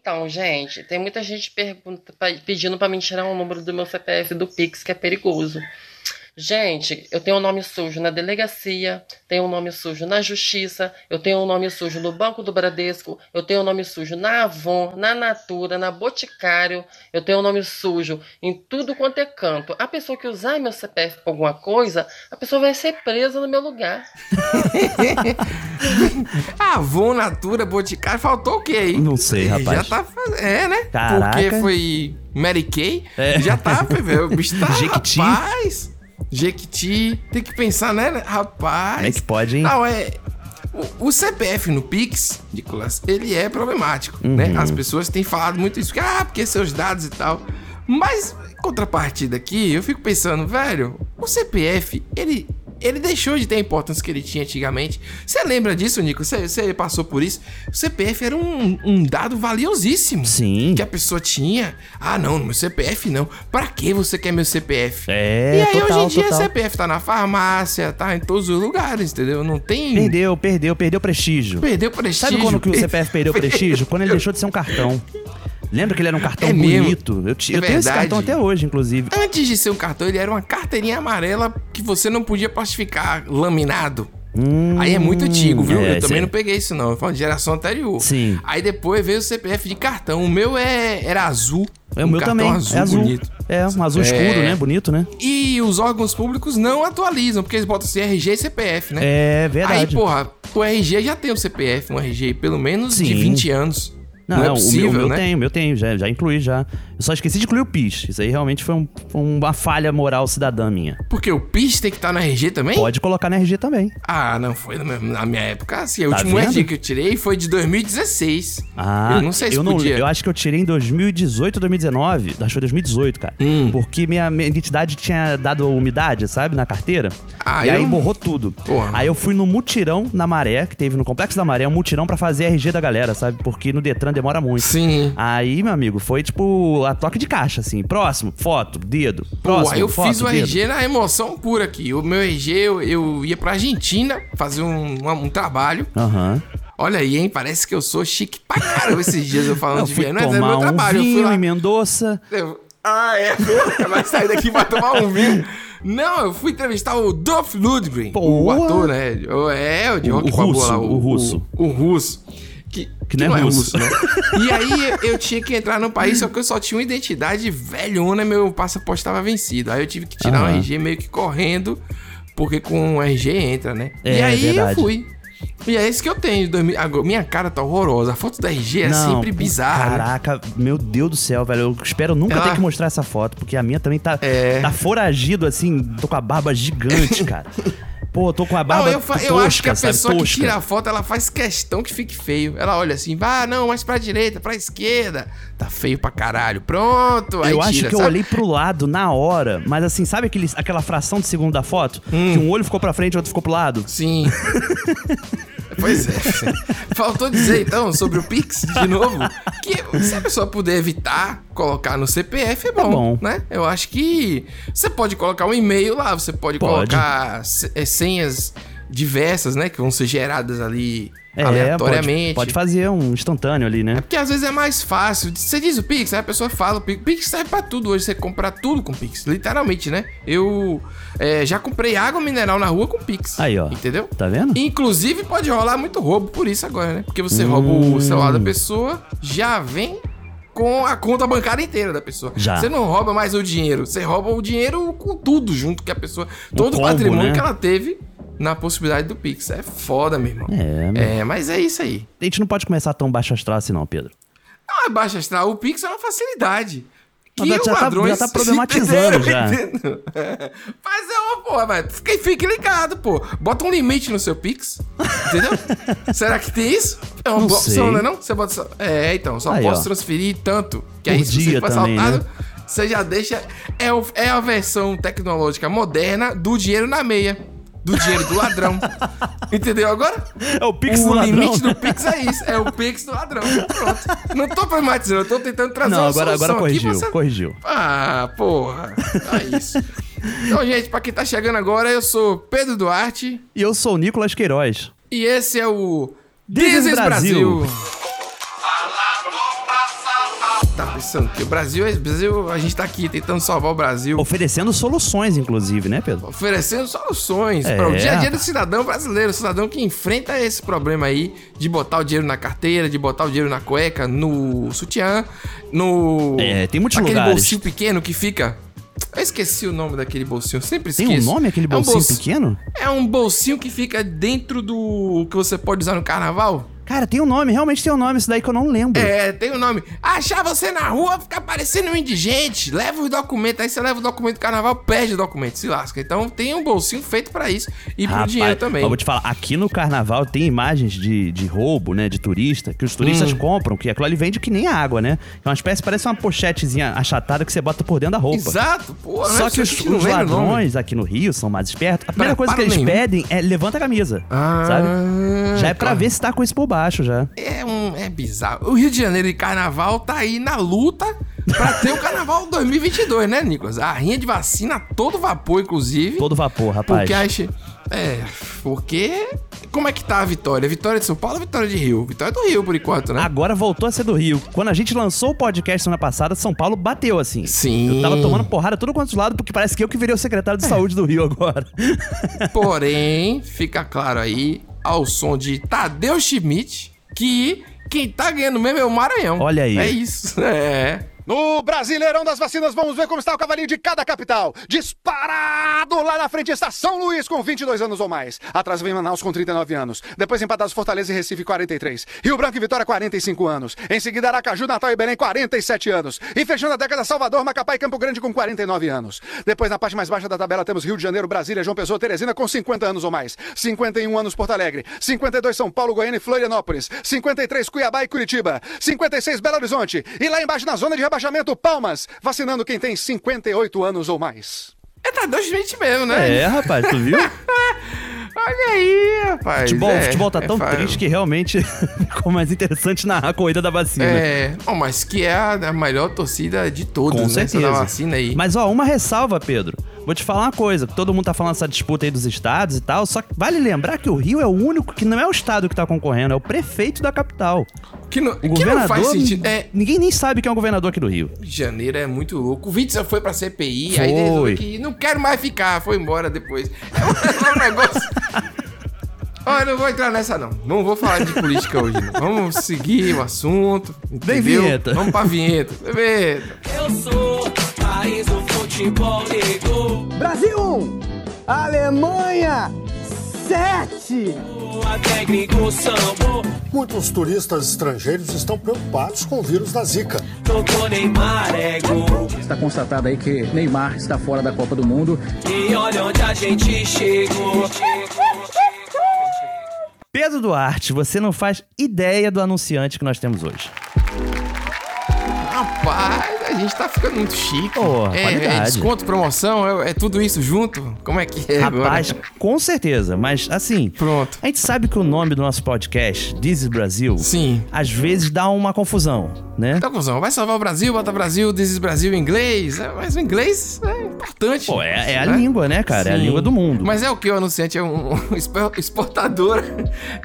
Então, gente, tem muita gente pergunta, pedindo para me tirar o número do meu CPF do Pix, que é perigoso. Gente, eu tenho um nome sujo na delegacia, tenho um nome sujo na justiça, eu tenho um nome sujo no Banco do Bradesco, eu tenho um nome sujo na Avon, na Natura, na Boticário, eu tenho um nome sujo em tudo quanto é canto. A pessoa que usar meu CPF pra alguma coisa, a pessoa vai ser presa no meu lugar. Avon, Natura, Boticário, faltou o quê, hein? Não sei, rapaz. Já tá fazendo. É, né? Caraca. Porque foi Mary Kay, É. já tá, velho. O bicho tá, Jequiti. rapaz. Jequiti. Tem que pensar, né? Rapaz. Como é que pode, hein? Não, é. o- O CPF no Pix, Nicolas, ele é problemático, né? Uhum. As pessoas têm falado muito isso, que, ah, porque seus dados e tal. Mas, em contrapartida aqui, eu fico pensando, velho, o CPF, ele, ele deixou de ter a importância que ele tinha antigamente. Você lembra disso, Nico? Você- Você passou por isso? O CPF era um, um dado valiosíssimo Sim. que a pessoa tinha. Ah, não, meu CPF não. Pra que você quer meu CPF? É, e aí, total, hoje em dia, total. CPF tá na farmácia, tá em todos os lugares, entendeu? Não tem. Perdeu, perdeu, perdeu prestígio. Perdeu prestígio. Sabe quando que o Per- CPF perdeu o prestígio? Quando ele deixou de ser um cartão. Lembra que ele era um cartão É mesmo. bonito? Eu, ti- É eu tenho esse verdade. cartão até hoje, inclusive. Antes de ser um cartão, ele era uma carteirinha amarela que você não podia plastificar laminado. Aí é muito antigo, viu? Hum, é, eu também sim. não peguei isso, não. Eu falo de geração anterior. Sim. Aí depois veio o CPF de cartão. O meu é, era azul. É o um meu cartão também. Azul, é azul. bonito. É, um azul É. escuro, né? Bonito, né? E os órgãos públicos não atualizam, porque eles botam assim, RG e CPF, né? É verdade. Aí, porra, o RG já tem o CPF, um RG pelo menos de Sim. 20 anos. Não, Não, não, é possível, o meu, o meu né? tem, o meu tem, já, já incluí já. Eu só esqueci de incluir o PIS. Isso aí realmente foi, um- foi uma falha moral cidadã minha. Porque o PIS tem que estar na RG também? Pode colocar na RG também. Ah, não foi na minha, na minha época. Assim, o Tá último vendo? RG que eu tirei foi de 2016. Ah, eu não sei se eu podia. eu acho que eu tirei em 2018, 2019. Acho que foi 2018, cara. Hum. Porque minha, minha identidade tinha dado umidade, sabe, na carteira. Ah, e eu- aí borrou tudo. Porra. Aí eu fui no mutirão na Maré, que teve no Complexo da Maré, um mutirão pra fazer RG da galera, sabe? Porque no Detran demora muito. Sim. Aí, meu amigo, foi tipo a toque de caixa, assim. Próximo, foto, dedo. Pô, Próximo, aí eu foto, fiz o dedo. RG na emoção pura aqui. O meu RG, eu, eu ia pra Argentina fazer um, uma- um trabalho. Aham. Olha aí, hein? Parece que eu sou chique pra caramba esses dias eu falando Eu de fui viagem. Mas é tomar meu um trabalho. eu vinho fui lá. em Mendoza. Eu- Ah, é? Pô, Vai sair daqui pra tomar um vinho? Não, eu fui entrevistar o Dolph Ludwig, o Pô. ator, né? O- É, o de O- Rock o Balboa russo, lá, o russo. O, o russo. Que, que não é russo. né? E aí eu tinha que entrar no país, só que eu só tinha uma identidade velhona, meu passaporte tava vencido. Aí eu tive que tirar Aham. um RG meio que correndo, porque com o RG entra, né? É, e aí verdade. eu fui. E é isso que eu tenho. dois mil- agora, minha cara tá horrorosa. A foto da RG é sempre pô, bizarra. né? Caraca, meu Deus do céu, velho. Eu espero nunca Ela- ter que mostrar essa foto, porque a minha também tá, É. tá foragido, assim, tô com a barba gigante, cara. Pô, tô com a barba Não, eu, fa- tosca, eu acho que a sabe? pessoa que Tosca. tira a foto, ela faz questão que fique feio. Ela olha assim, vá, não, mais pra direita, pra esquerda. Tá feio pra caralho. Pronto, aí Eu acho tira, que eu sabe? olhei pro lado na hora, mas assim, sabe aquele, aquela fração de segundo da foto? Que um olho ficou pra frente e outro ficou pro lado? Hum. Sim. pois é. Faltou dizer, então, sobre o Pix, de novo, que se a pessoa puder evitar colocar no CPF, é bom, Tá bom. né? Eu acho que você pode colocar um e-mail lá, você pode, Pode. colocar se- eh, senhas diversas, né? Que vão ser geradas ali É, aleatoriamente. Pode, pode fazer um instantâneo ali, né? Porque às vezes é mais fácil. Você diz o Pix, aí a pessoa fala o Pix. Pix serve pra tudo hoje, você compra tudo com Pix. Literalmente, né? Eu é, já comprei água mineral na rua com Pix. Aí, ó. Entendeu? Tá vendo? Inclusive pode rolar muito roubo por isso agora, né? Porque você rouba Hum. o celular da pessoa, já vem com a conta bancária inteira da pessoa. Já. Você não rouba mais o dinheiro, você rouba o dinheiro com tudo junto que a pessoa, todo combo, o patrimônio né? que ela teve na possibilidade do Pix. É foda, meu irmão. É, É, mas é isso aí. a gente não pode começar tão baixo astral assim, não, Pedro. Não é baixa astral, o Pix é uma facilidade. Mas já os tá- já ladrões tá problematizando se já. entenderam, entendeu? Mas é uma porra, velho. Fique, fique ligado, pô. Bota um limite no seu Pix, entendeu? Será que tem isso? É uma Não boa opção, sei. não é não? Você bota só... É, então, só Aí, posso ó. transferir tanto. Que Por aí, se você dia for também, né? assaltado, você já deixa... É, o- é a versão tecnológica moderna do dinheiro na meia. Do dinheiro do ladrão. Entendeu agora? É o Pix o do ladrão. limite do Pix é isso, é o Pix do ladrão. Pronto. Não tô problematizando, eu tô tentando trazer Não, uma agora, solução agora aqui, corrigiu, você- corrigiu. Ah, porra. Tá isso. Então, gente, pra quem tá chegando agora, eu sou Pedro Duarte E eu sou o Nicolas Queiroz. e esse é o This is Brasil. Brasil. falar do passado. preocupação, porque o Brasil, é- Brasil, a gente tá aqui tentando salvar o Brasil, Oferecendo soluções, inclusive, né, Pedro? oferecendo soluções É. para o dia a dia do cidadão brasileiro, o cidadão que enfrenta esse problema aí de botar o dinheiro na carteira, de botar o dinheiro na cueca, no sutiã, no É, tem muitos aquele lugares. bolsinho pequeno que fica. Eu esqueci o nome daquele bolsinho, eu sempre Tem esqueço. um nome aquele É um bolsinho bolso- pequeno? É um bolsinho que fica dentro do que você pode usar no carnaval? Cara, tem um nome, realmente tem um nome, isso daí que eu não lembro. É, tem o nome. Achar você na rua, ficar parecendo um indigente. Leva os documentos, aí você leva o documento do carnaval, perde o documento, se lasca. Então tem um bolsinho feito pra isso e pro Rapaz, dinheiro também. mas vou te falar, aqui no carnaval tem imagens de, de roubo, né? De turista, que os turistas Hum. compram, que aquilo ali vende que nem água, né? É uma espécie, parece uma pochetezinha achatada que você bota por dentro da roupa. Exato, pô. Só né? que Você os, que não os lembra o nome. ladrões aqui no Rio são mais espertos. A primeira Preparo coisa que eles nenhum. pedem é levanta a camisa, Ah, sabe? Já é pra tá. ver se tá com isso por baixo já. É, um, é bizarro. O Rio de Janeiro e carnaval tá aí na luta pra ter o carnaval 2022, né, Nicolas? A rinha de vacina a todo vapor, inclusive. Todo vapor, rapaz. Porque a gente- É, porque. Como é que tá a vitória? Vitória de São Paulo ou vitória de Rio? Vitória do Rio, por enquanto, né? Agora voltou a ser do Rio. Quando a gente lançou o podcast semana passada, São Paulo bateu assim. Sim. É. Eu tava tomando porrada todo quanto lado, porque parece que eu que virei o secretário de saúde do Rio agora. Porém, fica claro aí, ao som de Tadeu Schmidt, que quem tá ganhando mesmo é o Maranhão. Olha aí. É isso. É. No Brasileirão das Vacinas, vamos ver como está o cavalinho de cada capital. Disparado lá na frente está São Luís com 22 anos ou mais. Atrás vem Manaus com 39 anos. Depois empatados Fortaleza e Recife 43. Rio Branco e Vitória 45 anos. Em seguida Aracaju, Natal e Belém 47 anos. E fechando a década Salvador, Macapá e Campo Grande com 49 anos. Depois na parte mais baixa da tabela temos Rio de Janeiro, Brasília, João Pessoa, Teresina com 50 anos ou mais. 51 anos Porto Alegre. 52 São Paulo, Goiânia e Florianópolis. 53 Cuiabá e Curitiba. 56 Belo Horizonte. E lá embaixo na zona de rebaixamento, Palmas, vacinando quem tem 58 anos ou mais. É Tadeu Schmidt mesmo, né? É, rapaz, tu viu? Olha aí, rapaz. Futebol, é, futebol tá é tão fa- triste que realmente ficou mais interessante narrar a corrida da vacina. É, Bom, mas que é a, a melhor torcida de todos, Com né? Essa certeza. da vacina aí. Mas ó, uma ressalva, Pedro. Vou te falar uma coisa, que todo mundo tá falando essa disputa aí dos estados e tal, só que vale lembrar que o Rio é o único que não é o estado que tá concorrendo, é o prefeito da capital. que não, O que governador, não faz sentido. É, ninguém nem sabe quem é o governador aqui do Rio. janeiro é muito louco. O Witzel foi pra CPI, aí Foi. ele resolveu que não quero mais ficar, foi embora depois. É um, é um negócio. Olha, não vou entrar nessa, não. Não vou falar de política hoje, não. Vamos seguir o assunto. Vem entendeu? vinheta. Vamos pra vinheta. Vem vinheta. Eu sou país do futebol negro. Brasil 1, Alemanha 7. Até gringo sambou, Muitos turistas estrangeiros estão preocupados com o vírus da Zika. tocou Neymar é gol. Está constatado aí que Neymar está fora da Copa do Mundo. E olha onde a gente chegou. Pedro Duarte, você não faz ideia do anunciante que nós temos hoje. Rapaz, a gente tá ficando muito chique. Pô, é, qualidade. é desconto, promoção, é, é tudo isso junto? Como é que é Rapaz, agora? com certeza, mas assim, Pronto. a gente sabe que o nome do nosso podcast, Dizzy Brasil, Sim. às vezes dá uma confusão, né? Então, cuzão, vai salvar o Brasil, bota Brasil, this is Brasil em inglês. É, Mas o inglês é importante. Pô, é, é a né? língua, né, cara? É a Sim. língua do mundo. Mas é o que o anunciante é um expo- exportador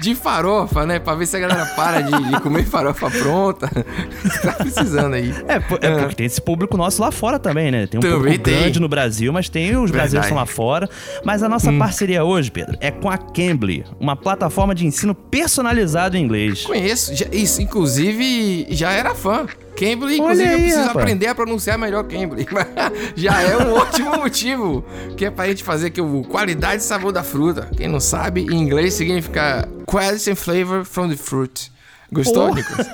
de farofa, né? Pra ver se a galera para de, de comer farofa pronta. tá precisando aí. É, po- é porque tem esse público nosso lá fora também, né? Tem um Também público tem. grande no Brasil, mas tem os brasileiros que estão lá fora. Mas a nossa Hum. parceria hoje, Pedro, é com a Cambly, uma plataforma de ensino personalizado em inglês. Conheço. Já, isso, inclusive, já era fã. Cambly, Olha inclusive, eu aí, preciso rapaz. aprender a pronunciar melhor Cambly. já é um ótimo motivo. Que é pra gente fazer aqui o qualidade e sabor da fruta. Quem não sabe, em inglês significa quality and flavor from the fruit. Gostou, Porra. Nicolas?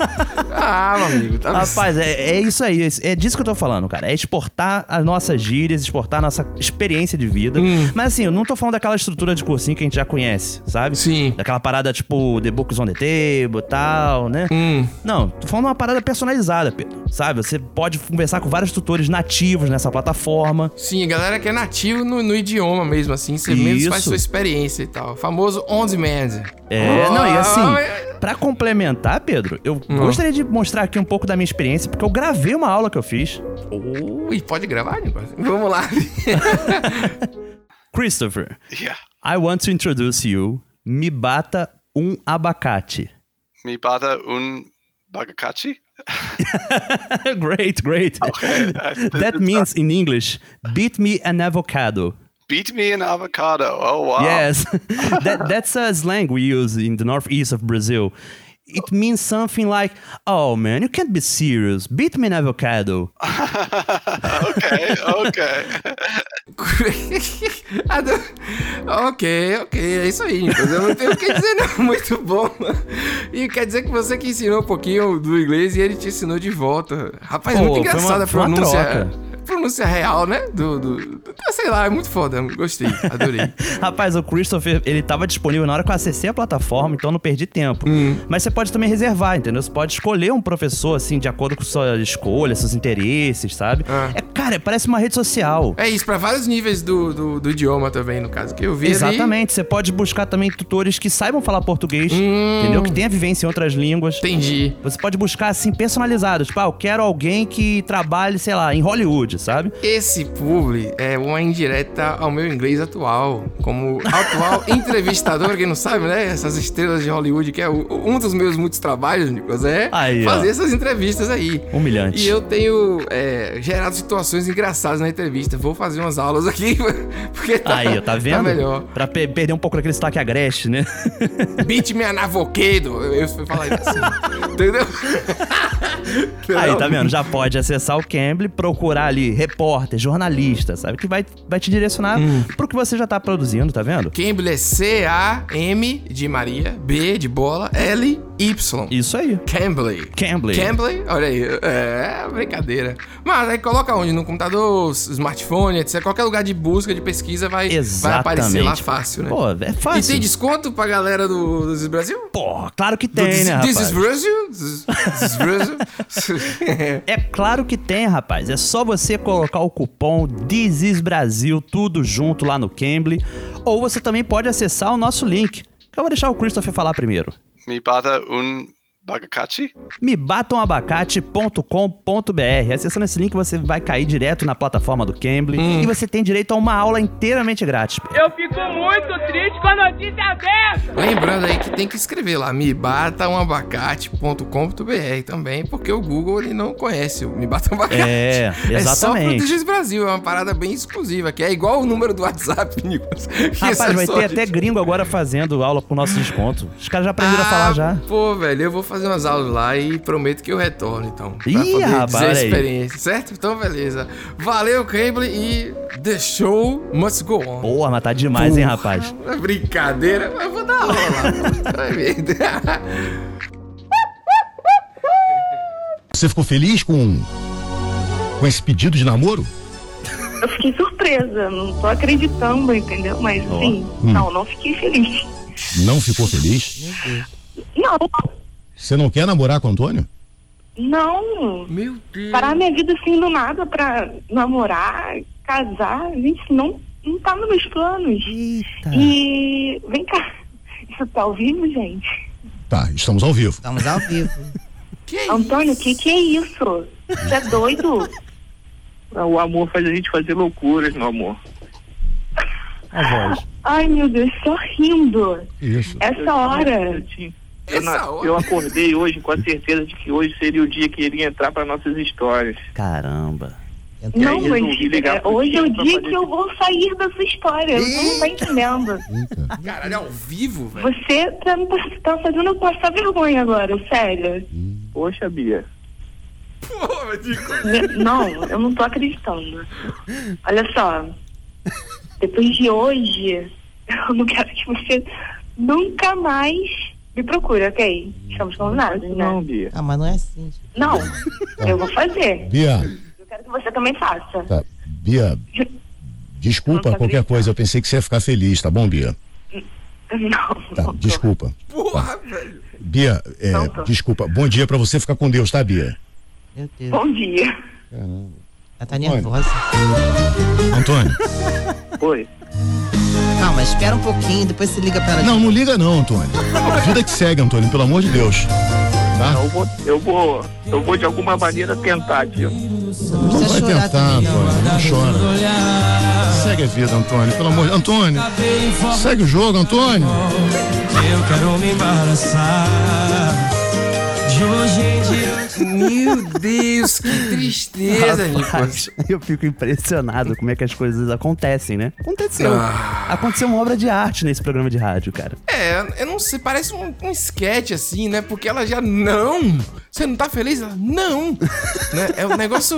Ah, meu amigo. Tá Rapaz, é, é isso aí. É disso que eu tô falando, cara. É exportar as nossas gírias, exportar a nossa experiência de vida. Hum. Mas assim, eu não tô falando daquela estrutura de cursinho que a gente já conhece, sabe? Sim. Daquela parada tipo The Books on the Table tal, né? Hum. Não, tô falando uma parada personalizada, Pedro. Sabe? Você pode conversar com vários tutores nativos nessa plataforma. Sim, galera que é nativo no, no idioma mesmo, assim. Você mesmo faz Isso. sua experiência e tal. Famoso on demand. É, Oh, não, e assim, é- pra complementar, Pedro, eu Ah. gostaria de mostrar aqui um pouco da minha experiência, porque eu gravei uma aula que eu fiz. Ui, pode gravar, Nicolas? Vamos lá. Christopher, I want to introduce you. Me bata um abacate. Me bata un bagacachi? great, great. that means in English, beat me an avocado. Beat me an avocado. Oh, wow. Yes, that, that's a slang we use in the northeast of Brazil. It means something like, "Oh man, you can't be serious. Beat me an avocado." okay, okay. Adoro- ok, ok, é isso aí. Nicolas. Eu não tenho o que dizer, não. Muito bom. E quer dizer que você que ensinou um pouquinho do inglês e ele te ensinou de volta. Rapaz, é Pô, muito foi uma- engraçada foi a uma pronúncia. troca. Pronúncia real, né? ne? Do, do, do- sei lá, é muito foda. Gostei, adorei. Rapaz, o Christopher, ele tava disponível na hora que eu acessei a plataforma, então eu não perdi tempo. Hum. Mas você pode também reservar, entendeu? Você pode escolher um professor, assim, de acordo com sua escolha, seus interesses, sabe? É, cara, parece uma rede social. Ah. É isso, pra vários níveis do, do, do idioma também, no caso, que eu vi ali. Exatamente, você pode buscar também tutores que saibam falar português, entendeu? Que tenha vivência em outras línguas. Hum. Entendi. Você pode buscar, assim, personalizados. Tipo, ah, eu quero alguém que trabalhe, sei lá, em Hollywood, sabe? Esse publi é uma indireta ao meu inglês atual. Como atual entrevistador, pra quem não sabe, né? Essas estrelas de Hollywood, que é o- um dos meus muitos trabalhos, Nicolas, é Aí, ó. fazer essas entrevistas aí. Humilhante. E eu tenho é, gerado situações engraçadas na entrevista. Vou fazer umas aulas aqui, porque tá, Aí, ó, tá vendo? melhor. Pra pe- perder um pouco daquele sotaque agreste, né? Beat me anavoquedo. Eu, eu falei assim, entendeu? Aí, tá vendo? Já pode acessar o Cambly, procurar ali repórter, jornalista, sabe? Que vai, vai te direcionar pro que você já tá produzindo, tá vendo? Hum. Cambly é C-A-M de Maria, B de bola, L-Y. Isso aí. Cambly. Cambly. Cambly, olha aí, é brincadeira. Mas aí coloca onde? No computador, s- smartphone, etc. Qualquer lugar de busca, de pesquisa vai, vai Exatamente. aparecer lá fácil, né? Pô, é fácil. E tem desconto pra galera do, do This is Brasil? Pô, claro que Do tem, This- né, This is rapaz? Brasil? This This is Brasil? É claro que tem, rapaz. É só você colocar o cupom DizisBrasil tudo junto lá no Cambly. Ou você também pode acessar o nosso link. Que eu vou deixar o Christopher falar primeiro. Me bata un bagakachi? mebatomabacate.com.br. Acessando esse link, você vai cair direto na plataforma do Cambly Hum. e você tem direito a uma aula inteiramente grátis. Eu fico muito triste com a notícia dessa. Lembrando aí que tem que escrever lá, mebataumabacate.com.br também, porque o Google ele não conhece o Me Bata um Abacate. É É, só pro exatamente. Digis Brasil, é uma parada bem exclusiva, que é igual o número do WhatsApp, Nicolas. Que isso é Rapaz, vai só ter disso. até gringo agora fazendo aula com o nosso desconto. Os caras já aprenderam Ah, a falar já. Pô, velho, eu vou fazer umas aulas lá e prometo que eu retorno, então. Pra Ih, poder rapaz, dizer a olha aí. experiência, certo? Então, beleza. Valeu, Cable, e the show must go on. Boa, mas tá demais, hein, rapaz? Não é brincadeira, mas eu vou dar aula lá. Vai ver. Você ficou feliz com, com esse pedido de namoro? Eu fiquei surpresa, não tô acreditando, entendeu? Mas assim, Hum. não, não fiquei feliz. Não ficou feliz? Não, Você não quer namorar com o Antônio? não. Meu Deus. Parar minha vida assim do nada pra namorar, casar, gente, não, não tá nos meus planos. Eita. E vem cá, isso tá ao vivo, gente? Tá, estamos ao vivo. Estamos ao vivo. Antônio, o que que é isso? Você é doido? O amor faz a gente fazer loucuras, meu amor. A voz. Ai, meu Deus, só rindo. Isso. Essa hora. Eu, tinha- É eu, na- Essa eu hora. acordei hoje com a certeza de que hoje seria o dia que iria entrar para nossas histórias. Caramba. Não, E aí mas resolvi ligar é, pro hoje é o Chico pra dia fazer que eu esse- vou sair da sua história. Você não tá entendendo. Caralho, é ao vivo, velho. Você tá, me pass- tá fazendo eu passar vergonha agora, sério. Poxa, Bia. Pô, Nicolas. Me- Não, eu não tô acreditando. Olha só. Depois de hoje, eu não quero que você nunca mais me procure, ok? Estamos combinados, Não, né? Bia. Ah, mas não é assim. gente. Não, eu vou fazer. Bia, Eu quero que você também faça. tá, Bia, desculpa Não, tá qualquer brincando. coisa. Eu pensei que você ia ficar feliz, tá bom, Bia? Não. Tá, não tô. desculpa. Porra, velho. Bia, é, Não, tá. desculpa. Bom dia pra você ficar com Deus, tá, Bia? Meu Deus. Bom dia. Ela tá nervosa. Antônio. Oi. Calma, espera um pouquinho, depois se liga pra ela. Não, não liga não, Antônio. Vida é que segue, Antônio, pelo amor de Deus. Tá? Eu vou, eu vou, eu vou de alguma maneira tentar, Bia. Não Não precisa vai chorar tentar, também, não. Antônio. Não chora. Segue a vida, Antônio, pelo amor de Antônio, segue o jogo, Antônio. Eu quero me embaraçar de Meu Deus, que tristeza, Nicolas. Rapaz, eu fico impressionado como é que as coisas acontecem, né? Aconteceu. Aconteceu uma obra de arte nesse programa de rádio, cara. É, eu não sei, parece um, um sketch assim, né? Porque ela já, não! Você não tá feliz? Ela, não! Né? É um negócio.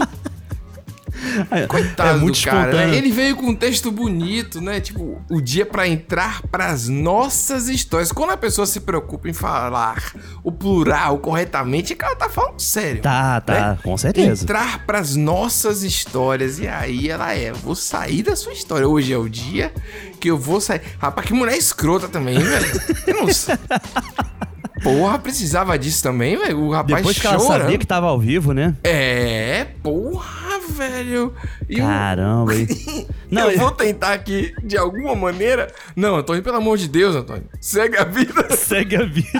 Coitado é muito do cara. né? espontâneo. Ele veio com um texto bonito, né? Tipo, o dia pra entrar pras nossas histórias. Quando a pessoa se preocupa em falar o plural corretamente, é que ela tá falando sério. Tá, tá, com certeza. Né? Entrar pras nossas histórias. E aí ela é, vou sair da sua história. Hoje é o dia que eu vou sair. Rapaz, que mulher escrota também, hein, velho. Eu não sei. Porra, precisava disso também, velho. O rapaz Depois que ela chorando. sabia que tava ao vivo, né? É, porra, velho. E o- Caramba, hein? Não, eu vou tentar aqui, de alguma maneira. Não, Antônio, pelo amor de Deus, Antônio. Segue a vida. Segue a vida.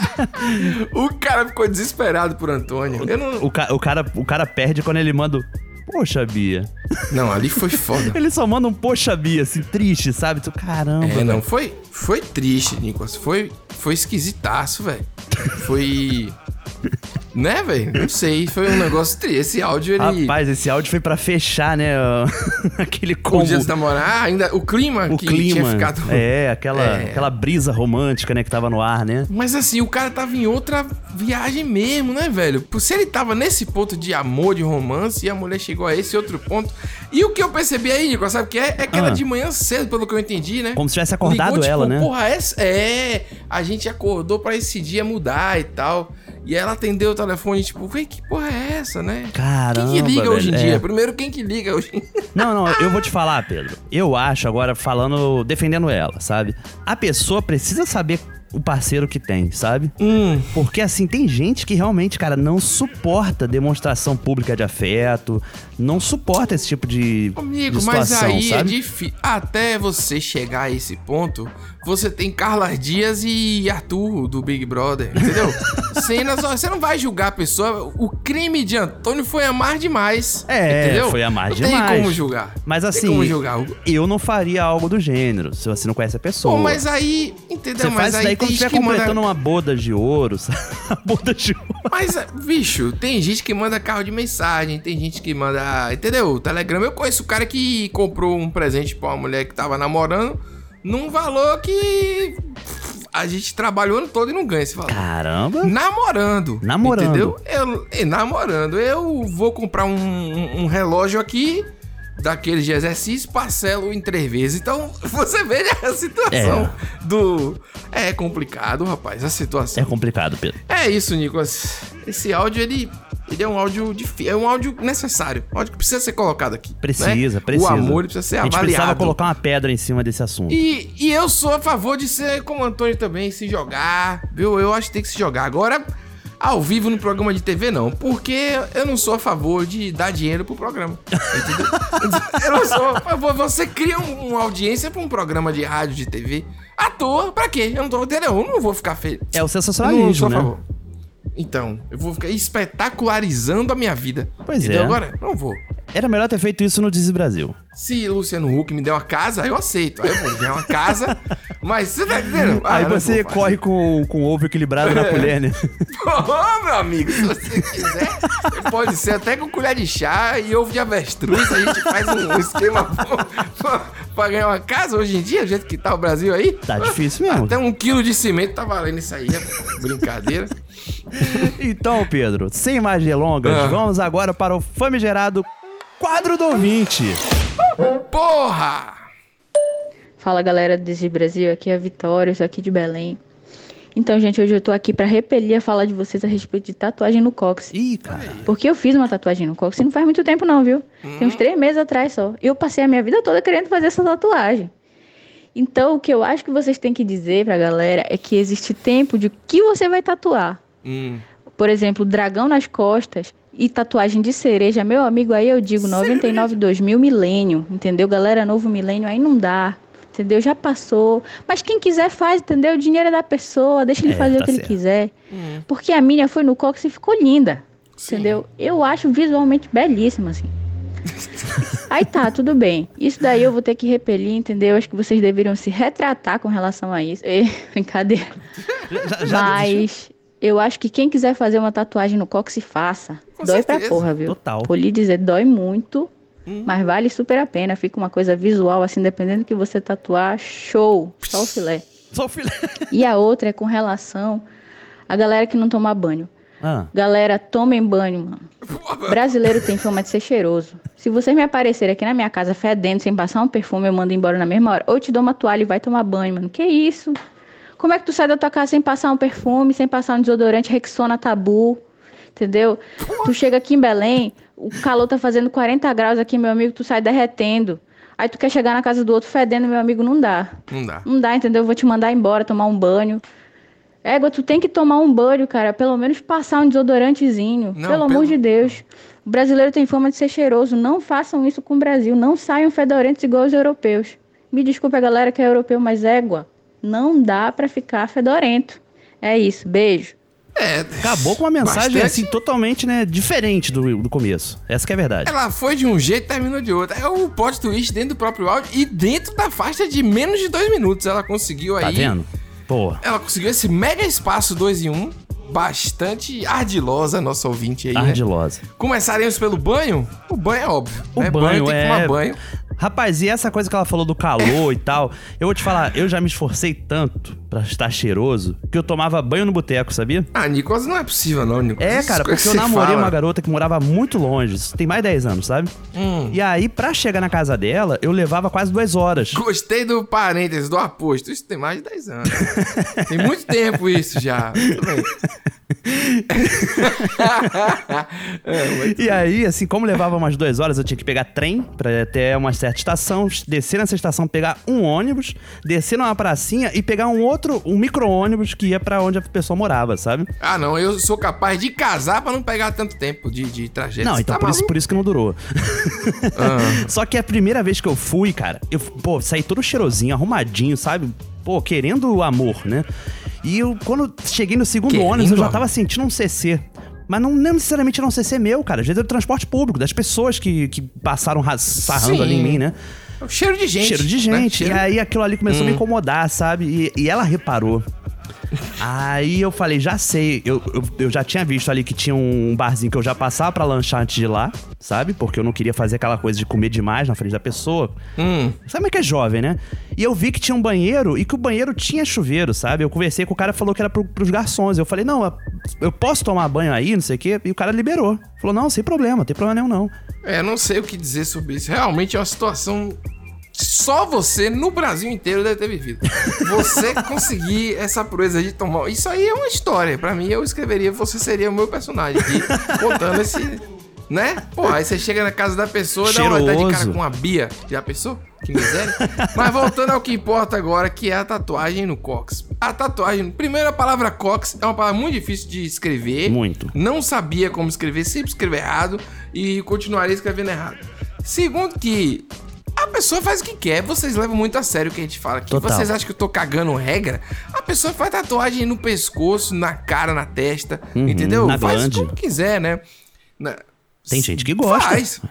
o cara ficou desesperado por Antônio. Eu não... O, ca- o cara, o cara perde quando ele manda. o, Poxa, Bia. Não, ali foi foda. Ele só manda um poxa, Bia, assim, triste, sabe? Tu, caramba. É, não, velho. foi, foi triste, Nicolas. Foi, foi esquisitaço, velho. Foi. né, velho? Não sei. Foi um negócio triste. Esse áudio, ele. Rapaz, esse áudio foi pra fechar, né? Aquele o combo. dia dos namorar, ainda. O clima O que tinha clima. ficado. É, aquela, É. aquela brisa romântica, né, que tava no ar, né? Mas assim, o cara tava em outra viagem mesmo, né, velho? Por- Se ele tava nesse ponto de amor, de romance, e a mulher chegou a esse outro ponto. E o que eu percebi aí, Nicolas, sabe o que é? É que Ah. era de manhã cedo, pelo que eu entendi, né? Como se tivesse acordado ela, né? Porra, essa. É, a gente acordou pra esse dia mudar e tal. E ela atendeu o telefone, tipo, "Ué, que porra é essa, né? Caramba, quem que liga velho, hoje em é. dia? Primeiro, quem que liga hoje em dia? Não, não, eu vou te falar, Pedro. Eu acho, agora falando, defendendo ela, sabe? A pessoa precisa saber o parceiro que tem, sabe? Hum. Porque assim, tem gente que realmente, cara, não suporta demonstração pública de afeto, não suporta esse tipo de, Amigo, de mas situação, aí é sabe? difícil. Até você chegar a esse ponto, você tem Carla Dias e Arthur do Big Brother, entendeu? Cenas, ó, você não vai julgar a pessoa. O crime de Antônio foi amar demais. É, entendeu? foi amar não demais. Tem como julgar. Mas Não assim, Tem como julgar. eu não faria algo do gênero, se você não conhece a pessoa. Pô, mas aí, entendeu? Você mas faz aí isso tem daí quando gente estiver que manda- completando uma boda de ouro, sabe? A boda de ouro. Mas, bicho, tem gente que manda carro de mensagem, tem gente que manda. Entendeu? Telegram. Eu conheço o cara que comprou um presente pra uma mulher que tava namorando num valor que a gente trabalhou o ano todo e não ganha esse valor. Caramba. Namorando. Namorando. Entendeu? Eu, é, namorando. Eu vou comprar um, um- um relógio aqui. Daqueles de exercício, parcelo em três vezes. Então, você vê a situação do. É complicado, rapaz, a situação. É complicado, Pedro. É isso, Nicolas. Esse áudio, ele, ele é um áudio difí- é um áudio necessário. Um áudio que precisa ser colocado aqui. Precisa, né? precisa. O amor ele precisa ser A gente precisava avaliado. colocar uma pedra em cima desse assunto. E, e eu sou a favor de ser como o Antônio também, se jogar, viu? Eu acho que tem que se jogar. Agora, ao vivo no programa de TV, não. Porque eu não sou a favor de dar dinheiro pro programa. entendeu? eu não sou a favor. Você cria um- uma audiência pra um programa de rádio, de TV. À toa, pra quê? Eu não tô entendendo. Eu não vou ficar feio. É o Eu não sou sensacionalismo, a né? favor. Então, eu vou ficar espetacularizando a minha vida. Pois Entendeu? é. Agora, não vou. Era melhor ter feito isso no Dizzy Brasil. Se Luciano Huck me der uma casa, eu aceito. Aí eu vou ganhar uma casa, mas você tá entendendo? Ah, Hum, Aí eu não você vou É. corre com, com o ovo equilibrado na colher, né? fazer. Pô, meu amigo, se você quiser, pode ser até com colher de chá e ovo de avestruz. A gente faz um esquema bom pra- pra ganhar uma casa hoje em dia, do jeito que tá o Brasil aí. Tá difícil mesmo. Até um quilo de cimento tá valendo isso aí. É brincadeira. Então, Pedro, sem mais delongas, Ah. vamos agora para o famigerado quadro do ouvinte. Porra! Fala galera do Desi Brasil, aqui é a Vitória, eu sou aqui de Belém. Então, gente, hoje eu tô aqui pra repelir a fala de vocês a respeito de tatuagem no cox. Ih, cara. Porque eu fiz uma tatuagem no cox e não faz muito tempo, não, viu? Tem uns três meses atrás só. E eu passei a minha vida toda querendo fazer essa tatuagem. Então, o que eu acho que vocês têm que dizer pra galera é que existe tempo de o que você vai tatuar. Por exemplo, dragão nas costas e tatuagem de cereja. Meu amigo, aí eu digo 99, 2000, milênio, entendeu? Galera, novo milênio aí não dá, entendeu? Já passou. Mas quem quiser faz, entendeu? O dinheiro é da pessoa, deixa ele É, fazer tá o que certo. ele quiser. Porque a minha foi no cox e ficou linda, entendeu? Eu acho visualmente belíssima, assim. Aí tá, tudo bem. Isso daí eu vou ter que repelir, entendeu? Acho que vocês É, deveriam se retratar com relação a isso. Ei, brincadeira. já- Mas Eu acho que quem quiser fazer uma tatuagem no cox, se faça. Com dói pra certeza. Hum. porra, viu? Total. Vou lhe dizer, dói muito, mas vale super a pena. Fica uma coisa visual, assim, dependendo do que você tatuar, show. Só o filé. Só o filé. E a outra é com relação à galera que não toma banho. Ah. Galera, tomem banho, mano. Brasileiro tem fama de ser cheiroso. Se vocês me aparecerem aqui na minha casa fedendo, sem passar um perfume, eu mando embora na mesma hora. Ou eu te dou uma toalha e vai tomar banho, mano. Que isso? Como é que tu sai da tua casa sem passar um perfume, sem passar um desodorante, Rexona, Tabu, entendeu? Tu chega aqui em Belém, o calor tá fazendo 40 graus aqui, meu amigo, tu sai derretendo. Aí tu quer chegar na casa do outro fedendo, meu amigo, não dá. Não dá. Hum. Não dá, entendeu? Eu vou te mandar embora, tomar um banho. Égua, tu tem que tomar um banho, cara. Pelo menos passar um desodorantezinho. Não, pelo, pelo- amor de Deus. O brasileiro tem fama de ser cheiroso. Não façam isso com o Brasil. Não saiam fedorentos igual os europeus. Me desculpe a galera que é europeu, mas égua, não dá pra ficar fedorento. É isso. Beijo. Acabou com uma mensagem Bastante. assim totalmente, né, diferente do, do começo. Essa que é a verdade. Ela foi de um jeito e terminou de outro. É o plot twist dentro do próprio áudio e dentro da faixa de menos de dois minutos. Ela conseguiu aí. Tá vendo? Pô. Ela conseguiu esse mega espaço 2 em 1. Um, bastante ardilosa, a nossa ouvinte aí. né? Ardilosa. Começaremos pelo banho? O banho é óbvio. O né? tem banho, que é... tomar banho. Rapaz, e essa coisa que ela falou do calor e tal, eu vou te falar, eu já me esforcei tanto pra estar cheiroso que eu tomava banho no boteco, sabia? Ah, Nicolas, não é possível não, Nicolas. É, cara, porque eu namorei uma garota que morava muito longe, isso tem mais de 10 anos, sabe? Hum. E aí, pra chegar na casa dela, eu levava quase duas horas. Gostei do parênteses, do aposto. Isso tem mais de 10 anos. tem muito tempo isso já. Ah, Tudo bem. E aí, assim, como levava umas duas horas, eu tinha que pegar trem pra ir até uma certa estação, descer nessa estação, pegar um ônibus, descer numa pracinha e pegar um outro, um micro-ônibus que ia pra onde a pessoa morava, sabe? Ah, não, eu sou capaz de casar pra não pegar tanto tempo de, de tragédia. Não, Você então tá por, isso, maluco? Ah. por isso que não durou. Só que a primeira vez que eu fui, cara, eu, pô, saí todo cheirosinho, arrumadinho, sabe? Pô, querendo o amor, né? E eu, quando cheguei no segundo Querendo ônibus, eu já amor. tava sentindo um CC. Mas não, não necessariamente era um CC meu, cara. Às vezes era o transporte público, das pessoas que, que passaram ra- sarrando Sim. ali em mim, né? É o Cheiro de gente. Cheiro de né? gente. Cheiro- E aí aquilo ali começou a me Hum. incomodar, sabe? E, e ela reparou. Aí eu falei, já sei, eu, eu, eu já tinha visto ali que tinha um barzinho que eu já passava pra lanchar antes de ir lá, sabe? Porque eu não queria fazer aquela coisa de comer demais na frente da pessoa. Hum. Sabe como é que é jovem, né? E eu vi que tinha um banheiro e que o banheiro tinha chuveiro, sabe? Eu conversei com o cara, falou que era pro, pros garçons. Eu falei, não, eu- eu posso tomar banho aí, não sei o quê. E o cara liberou. Falou, não, sem problema, não tem problema nenhum não. É, não sei o que dizer sobre isso. Realmente é uma situação. Só você no Brasil inteiro deve ter vivido. Você conseguir essa proeza de tomar. Isso aí é uma história. Pra mim, eu escreveria. Você seria o meu personagem aqui, contando esse. Né? Pô, aí você chega na casa da pessoa, dá uma olhada de cara Cheiroso. com a Bia. Já pensou? Que miséria. Mas voltando ao que importa agora, que é a tatuagem no cox. A tatuagem. Primeiro, a palavra cox é uma palavra muito difícil de escrever. Muito. Não sabia como escrever, sempre escrevi errado e continuaria escrevendo errado. Segundo que a pessoa faz o que quer, vocês levam muito a sério o que a gente fala aqui. Total. Vocês acham que eu tô cagando regra? A pessoa faz tatuagem no pescoço, na cara, na testa, Uhum, entendeu? na faz glande. como quiser, né? Na- Tem gente que gosta. Faz,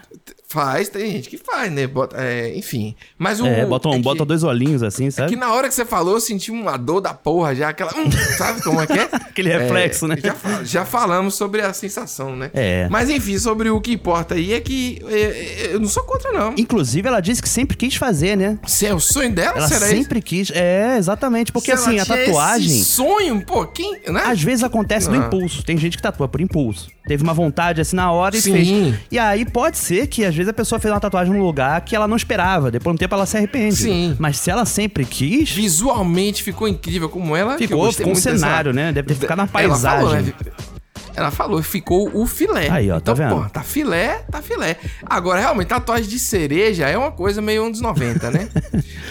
faz, tem gente que faz, né? Bota- é, enfim. Mas o. é, bota, um- é que- bota dois olhinhos assim, sabe? que na hora que você falou, eu senti uma dor da porra já, aquela. hum, sabe como é que é? Aquele reflexo, né? Já, fa- já falamos sobre a sensação, né? É. Mas enfim, sobre o que importa aí é que é, é, eu não sou contra, não. Inclusive, ela disse que sempre quis fazer, né? Se é o sonho dela, Ela será sempre quis. É, exatamente. Se Porque ela assim, a tinha tatuagem. Esse sonho, pô, quem. Né? Às vezes acontece no Ah. impulso. Tem gente que tatua por impulso. Teve uma vontade assim na hora e Sim. fez. E aí pode ser que às vezes a pessoa fez uma tatuagem num lugar que ela não esperava. Depois de um tempo ela se arrepende. Sim. Mas se ela sempre quis. Visualmente ficou incrível como ela. Ah, que eu Ficou, gostei ficou um muito cenário, dessa- né? Deve ter ficado na Ela paisagem. falou, né? Ela falou, ficou o filé. Aí, ó, tá vendo? Pô, tá filé, tá filé. Agora, realmente, tatuagem de cereja é uma coisa meio anos 90, né?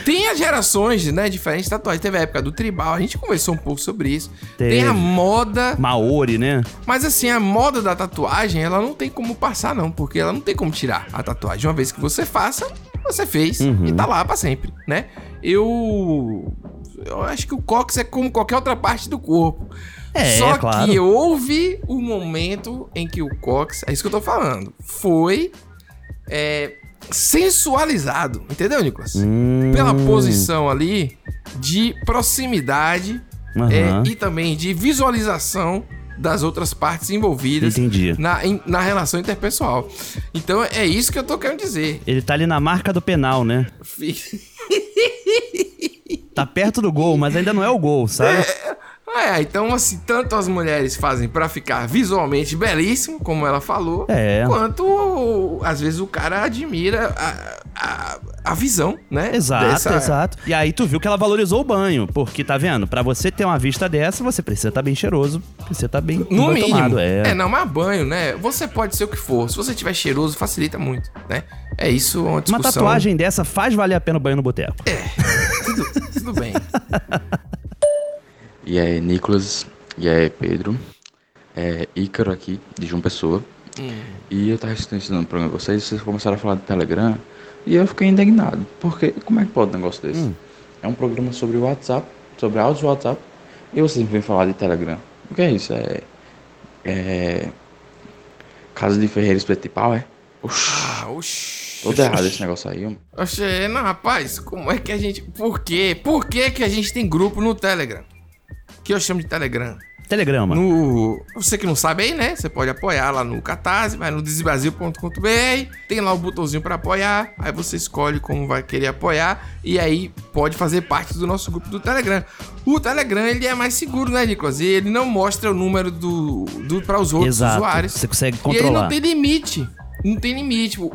Tem as gerações, né, diferentes de tatuagem. Teve a época do tribal, a gente conversou um pouco sobre isso. Tem Teve. a moda. Maori, né? Mas assim, a moda da tatuagem, ela não tem como passar, não, porque ela não tem como tirar a tatuagem. Uma vez que você faça, você fez Uhum. e tá lá pra sempre, né? Eu. Eu acho que o cox é como qualquer outra parte do corpo. É, Só claro. que houve o momento em que o cox, é isso que eu tô falando, foi é, Hum. sensualizado, entendeu, Nicolas? Pela posição ali de proximidade é, e também de visualização das outras partes envolvidas Entendi. Na, em- na relação interpessoal. Então é isso que eu tô querendo dizer. Ele tá ali na marca do penal, né? Tá perto do gol, mas ainda não é o gol, sabe? É, então assim, tanto as mulheres fazem pra ficar visualmente belíssimo, como ela falou, É. quanto às vezes o cara admira a, a, a visão, né? Exato, dessa- exato. E aí tu viu que ela valorizou o banho, porque tá vendo? Pra você ter uma vista dessa, você precisa estar bem cheiroso, precisa estar bem, No bem mínimo. tomado. É. não, mas banho, né? Você pode ser o que for. Se você tiver cheiroso, facilita muito, né? É isso, uma discussão. É, uma tatuagem dessa faz valer a pena o banho no boteco. Tudo bem. E aí, Nicolas. E aí, Pedro. É Ícaro aqui, de João Pessoa. Hum. E eu tava assistindo o programa de vocês, vocês começaram a falar do Telegram. E eu fiquei indignado. Porque como é que pode um negócio desse? Hum. É um programa sobre WhatsApp, sobre áudio WhatsApp. E vocês me vêm falar de Telegram. O que é isso? É. É. Casa de Ferreira Espetipau, é? Oxi. Ah, oxi. Todo errado esse negócio aí, mano. Oxê, não, rapaz, como é que a gente. Por quê? Por que, que a gente tem grupo no Telegram? Que eu chamo de Telegram. Telegrama. No, você que não sabe aí, né? Você pode apoiar lá no Catarse, vai no desbrasil.com.br, tem lá o botãozinho pra apoiar, aí você escolhe como vai querer apoiar e aí pode fazer parte do nosso grupo do Telegram. O Telegram ele é mais seguro, né, Nicolas? E ele não mostra o número do, do para os outros Exato. usuários. Você consegue E ele controlar. não tem limite. Não tem limite. O,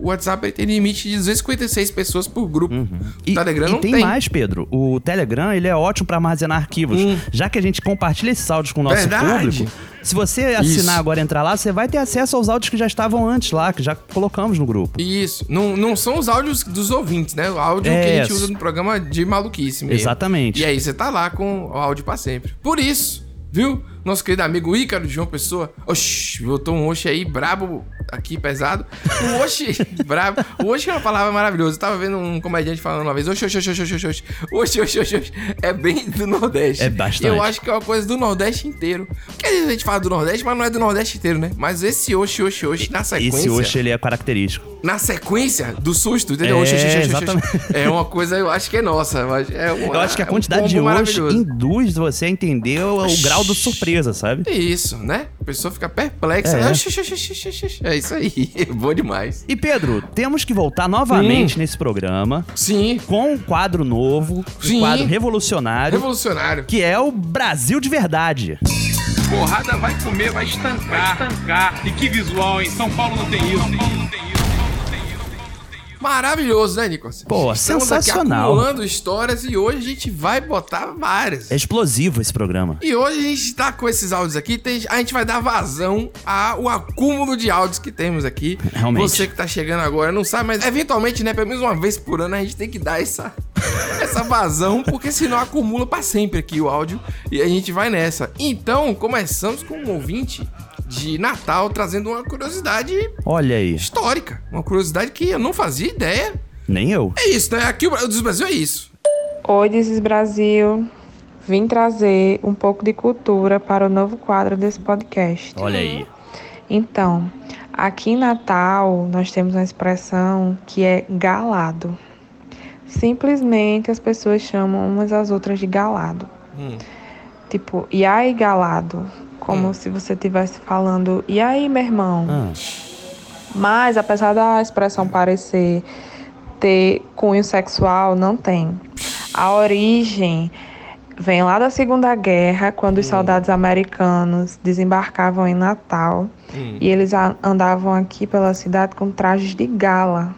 o WhatsApp ele tem limite de 256 pessoas por grupo. O Telegram Uhum. E não tem, mais, Pedro. O Telegram, ele é ótimo pra armazenar arquivos. Já que a gente compartilha esses áudios com o nosso Hum. Verdade. público, se você assinar Isso. agora e entrar lá, você vai ter acesso aos áudios que já estavam antes lá, que já colocamos no grupo. Isso. Não, não são os áudios dos ouvintes, né? O áudio É, que a gente s- usa no programa de maluquice mesmo. Exatamente. E aí você tá lá com o áudio pra sempre. Por isso, viu? Nosso querido amigo Ícaro de João Pessoa. Oxi, botou um oxi aí brabo aqui, pesado. O oxi brabo. O oxi é uma palavra maravilhosa. Eu tava vendo um comediante falando uma vez. Oxi, oxi, oxi, oxi, oxi, oxi. Oxi, oxi, oxi, oxi. É bem do Nordeste. É bastante. Eu acho que é uma coisa do Nordeste inteiro. Porque às vezes a gente fala do Nordeste, mas não é do Nordeste inteiro, né? Mas esse oxi, oxi, oxi, na sequência Esse hoje ele é característico. na sequência do susto, entendeu? É, Oxi, oxi, oxi, oxi, oxi. exatamente. É uma coisa, eu acho que é nossa. mas É uma, Eu acho que a é um quantidade combo de hoje maravilhoso. induz você a entender o, o grau de surpresa, sabe? É Isso, né? A pessoa fica perplexa. É. Oxi, oxi, oxi, oxi, oxi, oxi. É isso aí. Bom demais. E Pedro, temos que voltar novamente nesse programa. Sim. Com um quadro novo, Sim. um quadro revolucionário. Revolucionário. Que é o Brasil de verdade. Porrada vai comer, vai estancar. E que visual, hein? São Paulo não tem isso. Maravilhoso, né, Nicolas? Pô, Estamos sensacional. Aqui acumulando histórias e hoje a gente vai botar várias. É explosivo esse programa. E hoje a gente tá com esses áudios aqui, tem- a gente vai dar vazão ao acúmulo de áudios que temos aqui. Realmente. Você que tá chegando agora não sabe, mas eventualmente, né, pelo menos uma vez por ano a gente tem que dar essa, essa vazão, porque senão acumula pra sempre aqui o áudio e a gente vai nessa. Então, começamos com um ouvinte de Natal trazendo uma curiosidade Olha aí. histórica, uma curiosidade que eu não fazia ideia. Nem eu. É isso, né? Aqui o Brasil do Brasil é isso. Oi, This is Brasil. Vim trazer um pouco de cultura para o novo quadro desse podcast. Olha aí. Então, aqui em Natal, nós temos uma expressão que é galado. Simplesmente as pessoas chamam umas às outras de galado. Hum. Tipo, e aí, galado? Como se você estivesse falando, e aí, meu irmão? Mas, apesar da expressão parecer ter cunho sexual, não tem. A origem vem lá da Segunda Guerra, quando os soldados americanos desembarcavam em Natal Hum. e eles a- andavam aqui pela cidade com trajes de gala.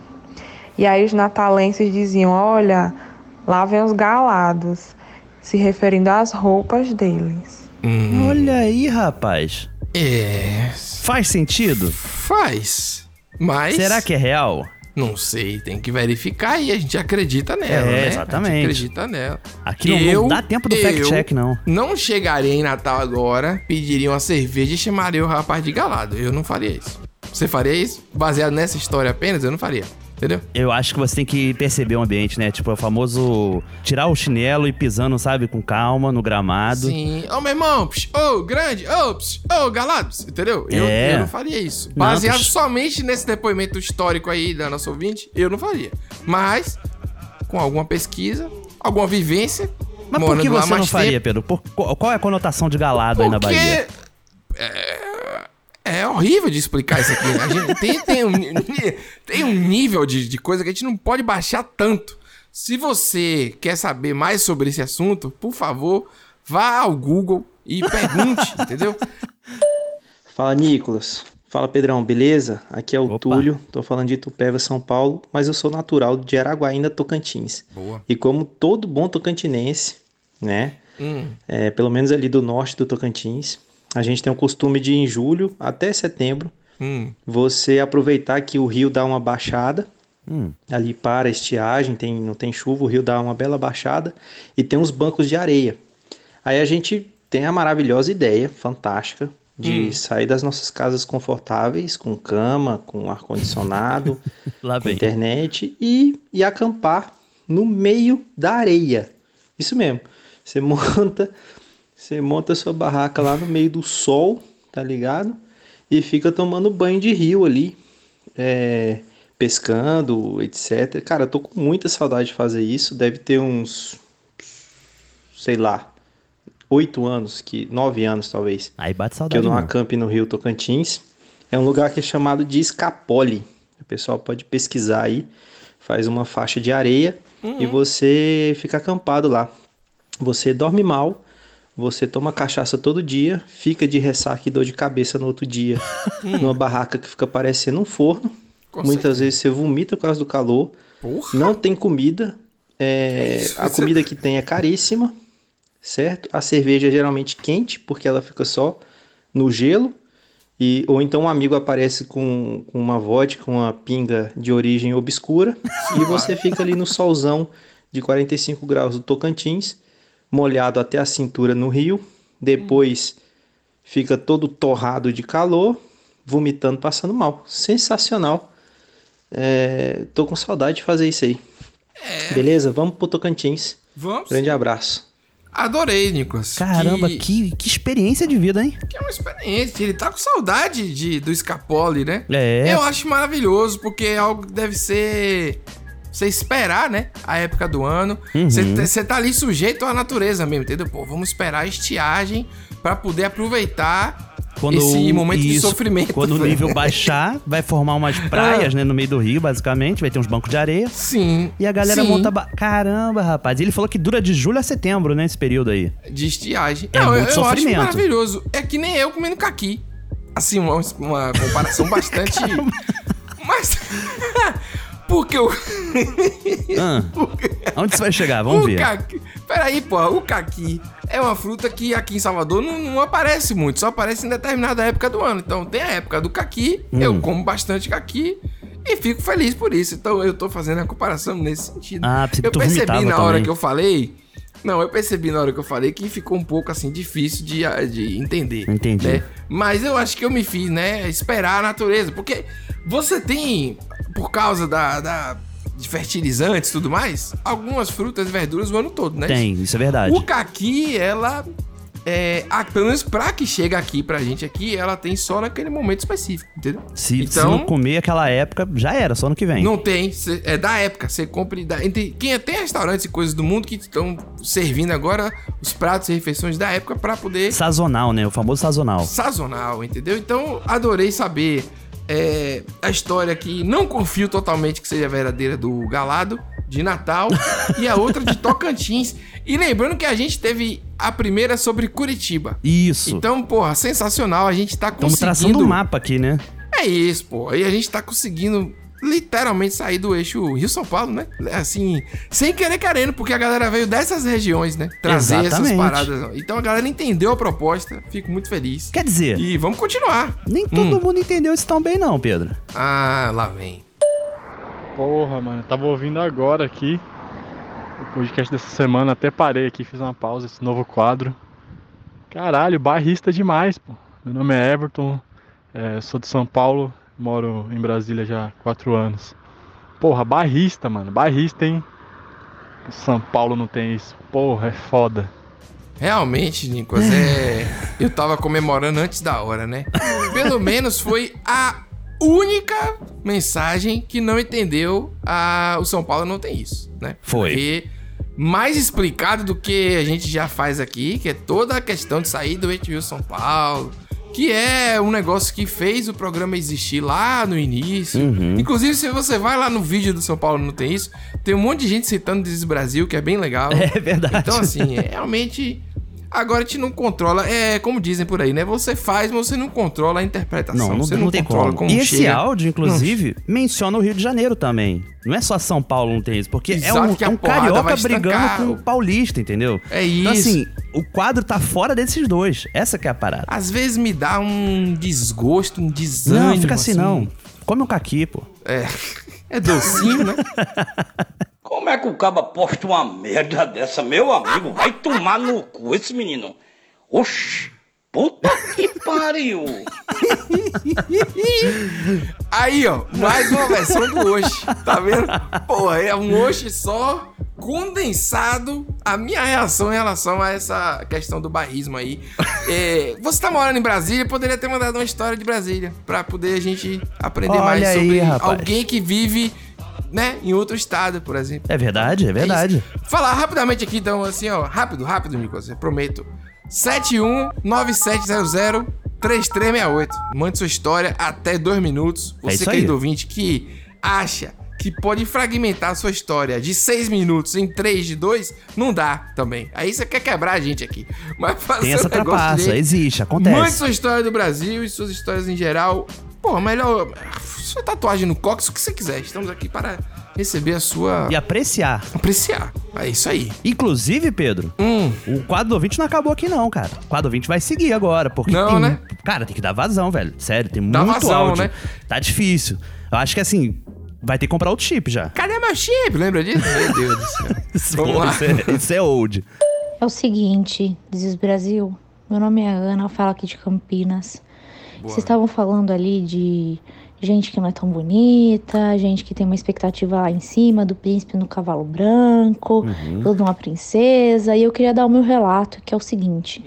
E aí os natalenses diziam: Olha, lá vem os galados, se referindo às roupas deles. Olha aí, rapaz. Hum. É. Faz sentido? Faz. Mas. Será que é real? Não sei, tem que verificar e a gente acredita nela, É, né? A gente exatamente. acredita nela. Aqui não- não dá tempo do fact-check, não. Não chegaria em Natal agora, pediria uma cerveja e chamaria o rapaz de galado. Eu não faria isso. Você faria isso? Baseado nessa história apenas, eu não faria. Entendeu? Eu acho que você tem que perceber o ambiente, né? Tipo, é o famoso tirar o chinelo e pisando, sabe, com calma no gramado. Sim. Ô, meu irmão, psh, ô, grande, ô, psh, ô, galados, entendeu? Eu, É. eu não faria isso. Não, Baseado psh. somente nesse depoimento histórico aí da nossa ouvinte, eu não faria. Mas, com alguma pesquisa, alguma vivência, Mas por morando que lá você não mais faria, tempo. Pedro? Por- qual qual é a conotação de galado aí na Porque Bahia? É horrível de explicar isso aqui. né? A gente tem, tem um, ni- tem um nível de, de coisa que a gente não pode baixar tanto. Se você quer saber mais sobre esse assunto, por favor, vá ao Google e pergunte, entendeu? Fala, Nicolas. Fala, Pedrão, beleza? Aqui é o Túlio, tô falando de Itupeva, São Paulo, mas eu sou natural de Araguaína, Tocantins. Boa. E como todo bom tocantinense, né? é, pelo menos ali do norte do Tocantins, a gente tem o costume de, em julho até setembro, Hum. você aproveitar que o rio dá uma baixada, Hum. ali para a estiagem, tem, não tem chuva, o rio dá uma bela baixada e tem uns bancos de areia. Aí a gente tem a maravilhosa ideia, fantástica, de Hum. sair das nossas casas confortáveis, com cama, com ar-condicionado, Lá com vem. internet e, e acampar no meio da areia. Isso mesmo. Você monta, você monta sua barraca lá no meio do sol, tá ligado? E fica tomando banho de rio ali, é, pescando, etc. Cara, eu tô com muita saudade de fazer isso. Deve ter uns, sei lá, oito anos, que nove anos talvez. Aí bate Que eu saudade. não mesmo. acampe no Rio Tocantins. É um lugar que é chamado de Escapole. O pessoal pode pesquisar aí. Faz uma faixa de areia e Uhum. você fica acampado lá. Você dorme mal, você toma cachaça todo dia, fica de ressaca e dor de cabeça no outro dia, Hum. numa barraca que fica parecendo um forno. Com Muitas vezes você vomita por causa do calor, não tem comida, é, Que isso, a você- comida que tem é caríssima, certo? A cerveja é geralmente quente, porque ela fica só no gelo. E, ou então um amigo aparece com, com uma vodka, com uma pinga de origem obscura, e você fica ali no solzão de 45 graus do Tocantins, molhado até a cintura no rio, depois fica todo torrado de calor, vomitando, passando mal. Sensacional. É, tô com saudade de fazer isso aí. É. Beleza? Vamos pro Tocantins. Vamos. Grande abraço. Adorei, Nicolas. Caramba, que- que, que experiência de vida, hein? É uma experiência. Ele tá com saudade de, do Scapoli, né? É. Eu acho maravilhoso, porque é algo que deve ser. Você esperar, né? A época do ano. Uhum. Você tá- você tá ali sujeito à natureza mesmo, entendeu? Pô, vamos esperar a estiagem pra poder aproveitar esse o- momento de isso, sofrimento. Quando o velho. nível baixar, vai formar umas praias, né? No meio do rio, basicamente. Vai ter uns bancos de areia. Sim. E a galera sim. monta. Ba... Caramba, rapaz. E ele falou que dura de julho a setembro, né? Esse período aí. De estiagem. É Não, eu, muito eu acho sofrimento. maravilhoso. É que nem eu comendo caqui. Assim, uma, uma comparação bastante. Mas. Porque o. Ah, Onde você vai chegar? Vamos o ver. Caqui... Peraí, porra, o caqui é uma fruta que aqui em Salvador não, não aparece muito, só aparece em determinada época do ano. Então tem a época do caqui, Hum. eu como bastante caqui e fico feliz por isso. Então eu tô fazendo a comparação nesse sentido. Ah, porque eu tu percebi vomitava na hora também. que eu falei. Não, eu percebi na hora que eu falei que ficou um pouco assim difícil de, ah, de entender. Entendi. né? Mas eu acho que eu me fiz, né? Esperar a natureza. Porque você tem, por causa da, da- de fertilizantes e tudo mais, algumas frutas e verduras o ano todo, né? Tem, isso é verdade. O caqui, ela. É, a, pelo menos pra que chega aqui pra gente aqui, ela tem só naquele momento específico, entendeu? Se, se Então- não comer aquela época, já era, só ano que vem. Não tem, cê- é da época. Você compra. e dá- entre- quem tem restaurantes e coisas do mundo que estão servindo agora os pratos e refeições da época pra poder Sazonal, né? O famoso sazonal. sazonal, entendeu? Então, adorei saber é, a história que não confio totalmente que seja verdadeira do Galado, de Natal, e a outra de Tocantins. E lembrando que a gente teve a primeira sobre Curitiba. Isso. Então, porra, sensacional. A gente tá Estamos conseguindo... traçando um mapa aqui, né? É isso, pô. E a gente tá conseguindo literalmente sair do eixo Rio-São Paulo, né? Assim, sem querer querendo, porque a galera veio dessas regiões, né? Trazer essas Exatamente. paradas. Então a galera entendeu a proposta, fico muito feliz. Quer dizer, E vamos continuar. nem Hum. todo mundo entendeu isso tão bem, não, Pedro. Ah, lá vem. Porra, mano, eu tava ouvindo agora aqui o podcast dessa semana, até parei aqui, fiz uma pausa, esse novo quadro. Caralho, barrista demais, pô. Meu nome é Everton, é, sou de São Paulo, moro em Brasília já há quatro anos. Porra, barrista, mano, barrista, hein? São Paulo não tem isso. Porra, é foda. Realmente, Nicolas, é. Eu tava comemorando antes da hora, né? Pelo menos foi a única mensagem que não entendeu a... o São Paulo não tem isso, né? Foi. Porque mais explicado do que a gente já faz aqui, que é toda a questão de sair do Rio São Paulo, que é um negócio que fez o programa existir lá no início. Hum? Uhum. Inclusive, se você vai lá no vídeo do São Paulo Não Tem Isso, tem um monte de gente citando Desis Brasil, que é bem legal. É verdade. Então, assim, é realmente. Agora a gente não controla, é como dizem por aí, né? Você faz, mas você não controla a interpretação. Não, não, Tá você não, tem controla como. E esse chega. áudio, inclusive, menciona o Rio de Janeiro também. Não é só São Paulo não tem isso, porque é Exato, um, que a é um porrada vai carioca estancar brigando com o- um paulista, entendeu? É Então, isso. Ah, assim, o quadro tá fora desses dois. Essa que é a parada. Às vezes me dá um desgosto, um desânimo. Não, fica assim, não. Come um caqui, pô. É. É docinho, né? Como é que o caba posta uma merda dessa? Meu amigo, vai tomar no cu esse menino. Oxi, puta que pariu. Aí, ó, mais uma versão do Oxi, tá vendo? Pô, é um Oxi só condensado a minha reação em relação a essa questão do barrismo aí. É, você tá morando em Brasília, poderia ter mandado uma história de Brasília pra poder a gente aprender Olha mais aí, sobre rapaz. alguém que vive, né, em outro estado, por exemplo. É verdade, é verdade. Falar rapidamente aqui, então, assim, ó. Rápido, rápido, Nicolas, eu prometo. 7197003368. Mande sua história até dois minutos. É Você, isso aí. querido ouvinte, que acha que pode fragmentar a sua história de seis minutos em três de dois, não dá também. Aí você quer quebrar a gente aqui. Mas fazer Tem essa o tá um negócio trapaça, direito, existe, acontece. Mande sua história do Brasil e suas histórias em geral. Pô, melhor. Sua tatuagem no cox, o que você quiser. Estamos aqui para receber a sua. E apreciar. Apreciar. É isso aí. Hum. Inclusive, Pedro, o quadro do ouvinte não acabou aqui, não, cara. O quadro do ouvinte vai seguir agora, porque. Não, tem- né? Cara, tem que dar vazão, velho. Sério, tem Dá muito vazão, áudio. né? Tá difícil. Eu acho que assim, vai ter que comprar outro chip já. Cadê meu chip? Lembra disso? Meu Deus do céu. Vamos Pô, lá. Isso, é, isso é old. É o seguinte, Dizes Brasil, meu nome é Ana, eu falo aqui de Campinas. Vocês estavam falando ali de gente que não é tão bonita, gente que tem uma expectativa lá em cima do príncipe no cavalo branco, ou de uma princesa, e eu queria dar o meu relato, que é o seguinte.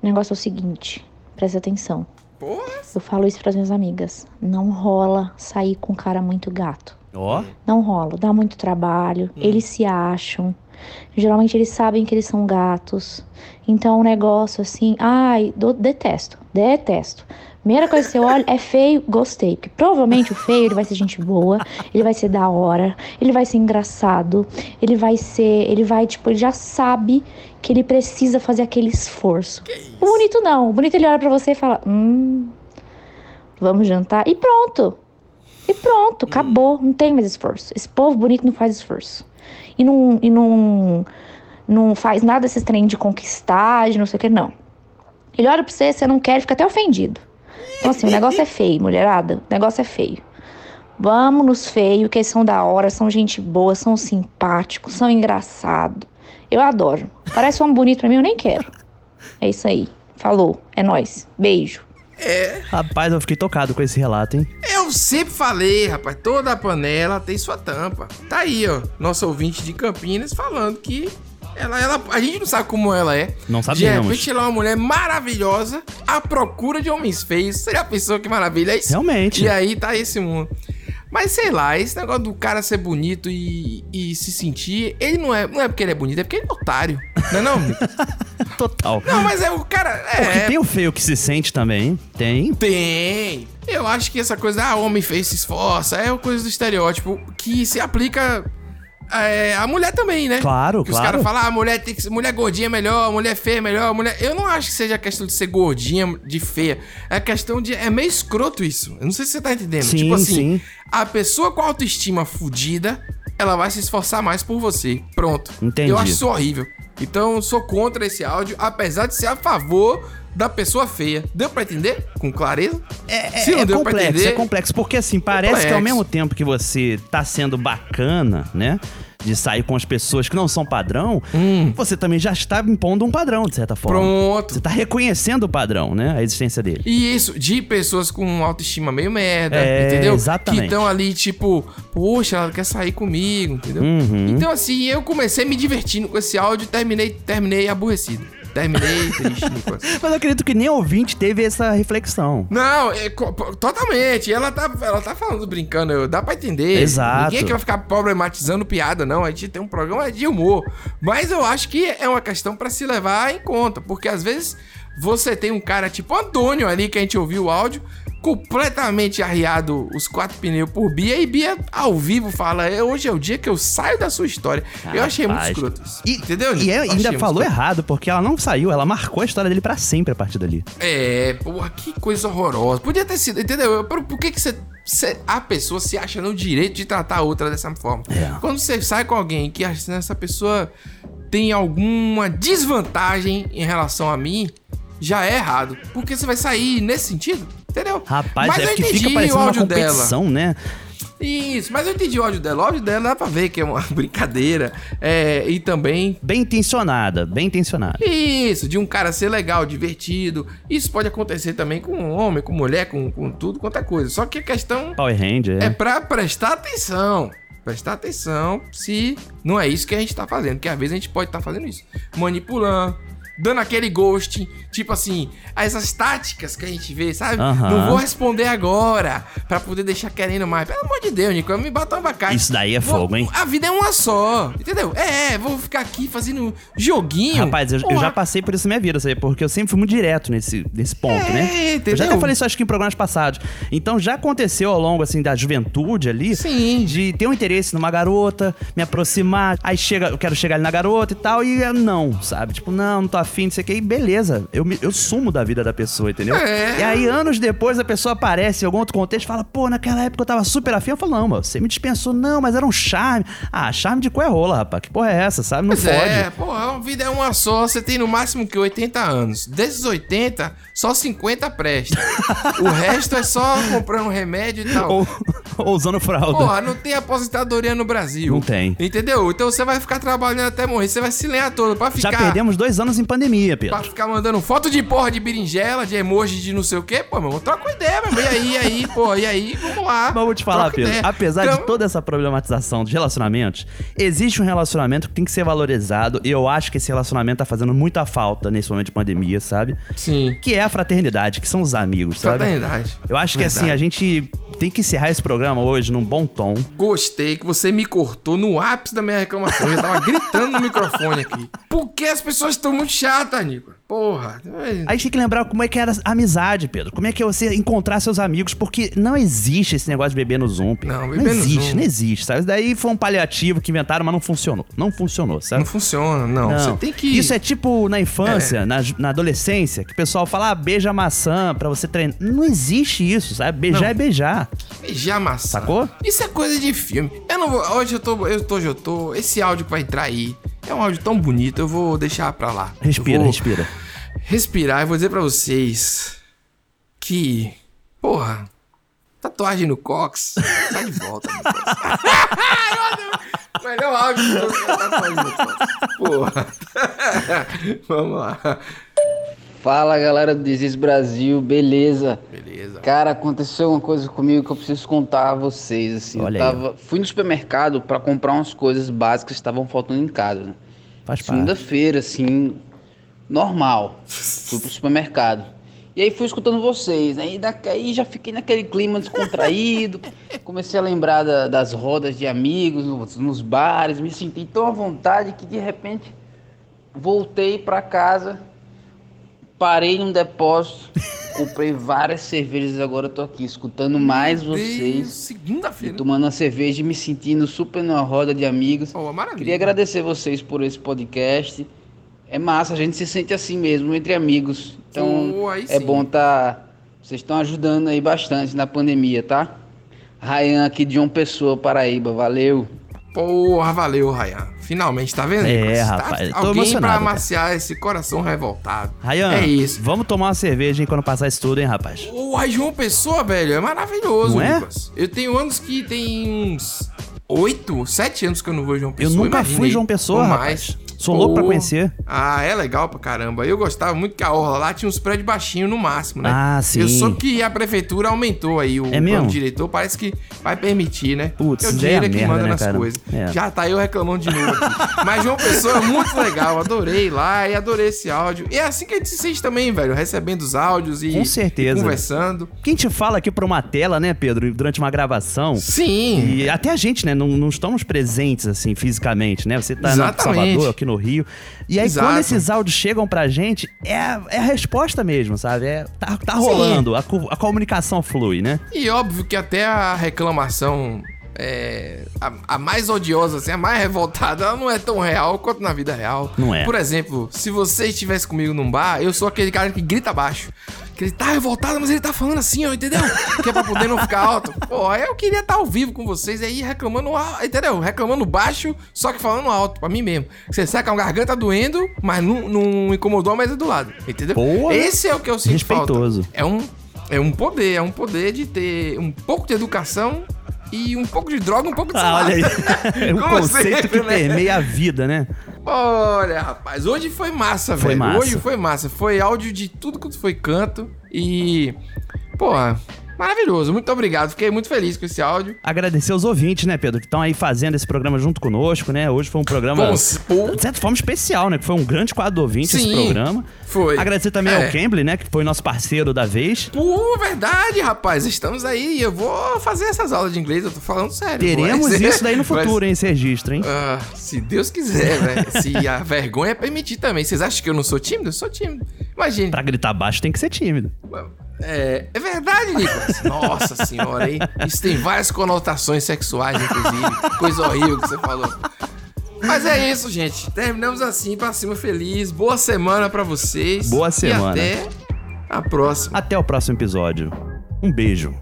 O negócio é o seguinte, presta atenção. Eu falo isso para minhas amigas, não rola sair com um cara muito gato. Ó. Não rola, dá muito trabalho, eles se acham. Geralmente eles sabem que eles são gatos. Então o negócio assim, ai, do- detesto, detesto. Primeira coisa que você olha é feio, gostei. Porque provavelmente o feio ele vai ser gente boa, ele vai ser da hora, ele vai ser engraçado, ele vai ser. Ele vai, tipo, ele já sabe que ele precisa fazer aquele esforço. O bonito não. O bonito ele olha pra você e fala: hum, vamos jantar. E pronto. E pronto, acabou. Não tem mais esforço. Esse povo bonito não faz esforço. E não, e não, não faz nada esses trem de conquistar, de não sei o que, não. Ele olha pra você, você não quer, ele fica até ofendido. Então, assim, o negócio é feio, mulherada. O negócio é feio. Vamos nos feios, que eles são da hora, são gente boa, são simpáticos, são engraçados. Eu adoro. Parece um homem bonito pra mim, eu nem quero. É isso aí. Falou. É nóis. Beijo. Rapaz, eu fiquei tocado com esse relato, hein? Eu sempre falei, rapaz, toda panela tem sua tampa. Tá aí, ó, nosso ouvinte de Campinas falando que ela, ela a gente não sabe como ela é. Não de sabemos. repente ela é uma mulher maravilhosa à procura de homens feios. Você já pensou que maravilha é isso? Realmente. E aí tá esse mundo. Mas sei lá, esse negócio do cara ser bonito e, e se sentir, ele não é, não é porque ele é bonito, é porque ele é otário. Não é não? amigo? Total. não, mas é o cara, Porque é, tem o feio que se sente também, hein? Tem. Tem. Eu acho que essa coisa, ah, homem fez, se esforça, é uma coisa do estereótipo que se aplica é, à mulher também, né? Claro, que claro. Os caras falam, ah, mulher, tem que, ser- mulher gordinha é melhor, mulher feia é melhor, mulher... Eu não acho que seja a questão de ser gordinha, de feia. É questão de... É meio escroto isso. Eu não sei se você tá entendendo. Sim, tipo assim, sim. a pessoa com autoestima fudida, ela vai se esforçar mais por você. Pronto. Entendi. Eu acho isso horrível. Então, eu sou contra esse áudio, apesar de ser a favor da pessoa feia. Deu pra entender? Com clareza? É, é complexo, é complexo. Porque assim, parece que ao Complexo. mesmo tempo que você tá sendo bacana, né? De sair com as pessoas que não são padrão, você também já está impondo um padrão, de certa forma. Hum. Pronto. Você tá reconhecendo o padrão, né? A existência dele. E isso, de pessoas com autoestima meio merda, É, entendeu? exatamente. Que estão ali, tipo, poxa, ela quer sair comigo, entendeu? Uhum. Então, assim, eu comecei me divertindo com esse áudio e terminei, terminei aborrecido. Terminei triste no coração. Mas eu acredito que nem ouvinte teve essa reflexão. Não, é co- po- totalmente. Ela tá, ela tá falando brincando, eu- dá pra entender. Exato. Ninguém que vai ficar problematizando piada, não. A gente tem um programa de humor. Mas eu acho que é uma questão pra se levar em conta, porque às vezes você tem um cara tipo Antônio ali, que a gente ouviu o áudio, completamente arriado os quatro pneus por Bia, e Bia ao vivo fala: "É, hoje é o dia que eu saio da sua história. eu achei muito Rapaz. escroto isso. Entendeu? E Eu ela achei um ainda muito falou escroto. errado, porque ela não saiu, ela marcou a história dele pra sempre a partir dali. É, porra, que coisa horrorosa. Podia ter sido, entendeu? Eu- Por, por que, que você, você- a pessoa se acha no direito de tratar a outra dessa forma? É. Quando você sai com alguém que acha que essa pessoa tem alguma desvantagem em relação a mim, já é errado. Porque você vai sair nesse sentido, entendeu? Rapaz, é porque fica parecendo uma competição, né? Isso, mas eu entendi o ódio dela. O ódio dela dá pra ver que é uma brincadeira. É, e também. Bem intencionada, bem intencionada. Isso, de um cara ser legal, divertido. Isso pode acontecer também com um homem, com mulher, com, com tudo quanto é coisa. Só que a questão Power Ranger. é pra prestar atenção. Prestar atenção se não é isso que a gente tá fazendo. Porque às vezes a gente pode estar fazendo isso. Manipulando, dando aquele ghosting. Tipo assim, essas táticas que a gente vê, sabe? Aham. Não vou responder agora pra poder deixar querendo mais. Pelo amor de Deus, Nico, me bata um abacate. Isso daí é fogo, hein? A vida é uma só, entendeu? É, é, vou ficar aqui fazendo joguinho. Rapaz, eu, eu Porra. já passei por isso na minha vida, sabe? Porque eu sempre fui muito direto nesse, nesse ponto, É, né? Eu já entendeu? até falei isso, acho que em programas passados. Então já aconteceu ao longo, assim, da juventude ali, Sim. de ter um interesse numa garota, me aproximar, aí chega, eu quero chegar ali na garota e tal, e é não, sabe? Tipo, não, não tô afim, não sei o que, e beleza. Eu, me- eu sumo da vida da pessoa, entendeu? É. E aí, anos depois, a pessoa aparece em algum outro contexto e fala, pô, naquela época eu tava super afim. Eu falo, não, mano, você me dispensou, não, mas era um charme. Ah, charme de qual é rola, rapaz? Que porra é essa, sabe? Não Pois pode. é, porra, a vida é uma só, você tem no máximo que 80 anos. Desses 80, só 50 presta. o resto é só comprando remédio e tal. Ou, ou usando fralda. Porra, não tem aposentadoria no Brasil. Não tem. Entendeu? Então você vai ficar trabalhando até morrer, você vai se lenhar todo pra Já ficar. perdemos dois anos em pandemia, Pedro. Pra ficar mandando foto de porra de berinjela, de emoji de não sei o quê, pô, meu irmão, troca uma ideia, meu irmão. E aí, e aí, pô, e aí, vamos lá. Mas vou te falar, Troca Pedro, ideia. apesar Então- de toda essa problematização dos relacionamentos, existe um relacionamento que tem que ser valorizado e eu acho que esse relacionamento tá fazendo muita falta nesse momento de pandemia, sabe? Sim. Que é a fraternidade, que são os amigos, sabe? Fraternidade. Eu acho que Verdade. assim, a gente tem que encerrar esse programa hoje num bom tom. Gostei que você me cortou no ápice da minha reclamação. Eu já tava gritando no microfone aqui. Por que as pessoas estão muito chatas, Nico? Porra. A gente tem que lembrar como é que era a amizade, Pedro. Como é que é você encontrar seus amigos, porque não existe esse negócio de beber no Zoom, Pedro. Não, beber no existe, Zoom. não existe, sabe? Isso daí foi um paliativo que inventaram, mas não funcionou. Não funcionou, sabe? Não funciona, não. Você tem que. É. Isso é tipo na infância, na, ju- na adolescência, que o pessoal fala, ah, beija a maçã pra você treinar. Não existe isso, sabe? Beijar Não. é beijar. Beijar maçã. Sacou? Isso é coisa de filme. Eu não vou. Hoje eu tô. Eu tô, hoje eu tô. Esse áudio que vai entrar aí é um áudio tão bonito, eu vou deixar pra lá. Eu Respira, vou respira. Respirar e vou dizer pra vocês que. Porra, tatuagem no Cox. Tá de volta, meu Cox. é Melhor áudio então que eu tô tá tatuagem no Cox. Porra. Vamos lá. Fala galera do Desis Brasil, beleza? Beleza. Cara, aconteceu uma coisa comigo que eu preciso contar a vocês. Assim, Olha eu aí, ó. tava, fui no supermercado pra comprar umas coisas básicas que estavam faltando em casa. né? Faz parte. Segunda-feira, assim, normal. Fui pro supermercado. E aí fui escutando vocês, né? E daí aí já fiquei naquele clima descontraído. comecei a lembrar da- das rodas de amigos, nos, nos bares, me senti tão à vontade que de repente voltei pra casa, parei num depósito, comprei várias cervejas, agora eu tô aqui escutando mais vocês. Segunda-feira. Tomando uma cerveja e me sentindo super numa roda de amigos. maravilha. Queria agradecer vocês por esse podcast. É massa, a gente se sente assim mesmo, entre amigos. Então Oh, aí é sim. bom tá. Vocês estão ajudando aí bastante na pandemia, tá? Rayan aqui de João Pessoa, Paraíba, valeu. Porra, valeu, Rayan. Finalmente, tá vendo? É, Nicolas? Tá- rapaz, tô Alguém pra emocionado, cara. amaciar esse coração revoltado. Rayan, É isso. vamos tomar uma cerveja, hein, quando passar isso tudo, hein, rapaz? O João Pessoa, velho, é maravilhoso, Não é? Lucas. Eu tenho anos que tem uns oito, sete anos que eu não vou em João Eu Pessoa. nunca fui imagina aí. João Pessoa, Ou rapaz. mais. Sou louco pra conhecer. Ah, é legal pra caramba. Eu gostava muito que a orla lá tinha uns prédios baixinhos no máximo, né? Ah, sim. Eu soube que a prefeitura aumentou aí o É mesmo? plano diretor, parece que vai permitir, né? Putz, é o daí dinheiro é que merda, manda né, nas cara? coisas. É. Já tá eu reclamando de novo aqui. Mas João Pessoa é muito legal, adorei lá e adorei esse áudio. E é assim que a gente se sente também, velho, recebendo os áudios e Com certeza. e conversando. Quem te fala aqui pra uma tela, né, Pedro? Durante uma gravação. Sim. E até a gente, né? Não, não estamos presentes, assim, fisicamente, né? Você tá no Exatamente. Salvador, aqui no Rio. E aí, Exato. quando esses áudios chegam pra gente, é a, é a resposta mesmo, sabe? É, tá, tá Sim. rolando. A, cu- a comunicação flui, né? E óbvio que até a reclamação é, a, a mais odiosa, assim, a mais revoltada, ela não é tão real quanto na vida real. Não é. Por exemplo, se você estivesse comigo num bar, eu sou aquele cara que grita baixo. Que ele tá revoltado, mas ele tá falando assim, ó, entendeu? Que é pra poder não ficar alto. Pô, eu queria estar ao vivo com vocês aí reclamando alto, entendeu? Reclamando baixo, só que falando alto, pra mim mesmo. Você sabe que a garganta doendo, mas não, não incomodou a mesa do lado, entendeu? Porra. Esse é o que eu sinto falta. Respeitoso. É um, é um poder, é um poder de ter um pouco de educação e um pouco de droga, um pouco de Ah, salada. olha aí. É um Como conceito sempre, que né? permeia a vida, né? Olha, rapaz, hoje foi massa, Foi velho. massa. Hoje foi massa. Foi áudio de tudo quanto foi canto e. Porra, maravilhoso. Muito obrigado. Fiquei muito feliz com esse áudio. Agradecer aos ouvintes, né, Pedro, que estão aí fazendo esse programa junto conosco, né? Hoje foi um programa, Com- de certa forma, especial, né? Que foi um grande quadro do ouvinte esse Sim, programa. foi. Agradecer também É. ao Cambly, né? Que foi nosso parceiro da vez. Pô, verdade, rapaz. Estamos aí. Eu vou fazer essas aulas de inglês, eu tô falando sério. Teremos Vai ser- isso daí no vai futuro, hein? Esse registro, hein? é. Ah, se Deus quiser, velho. Se a vergonha é permitir também. Vocês acham que eu não sou tímido? Eu sou tímido. Imagina. Pra gritar baixo tem que ser tímido. É, é verdade, Nicolas. Nossa senhora, hein? Isso tem várias conotações sexuais, inclusive. Coisa horrível que você falou. Mas é isso, gente. Terminamos assim, pra cima feliz. Boa semana pra vocês. Boa semana. E até a próxima. Até o próximo episódio. Um beijo.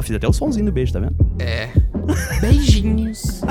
fiz até o sonzinho do beijo, tá vendo? É. Beijinhos.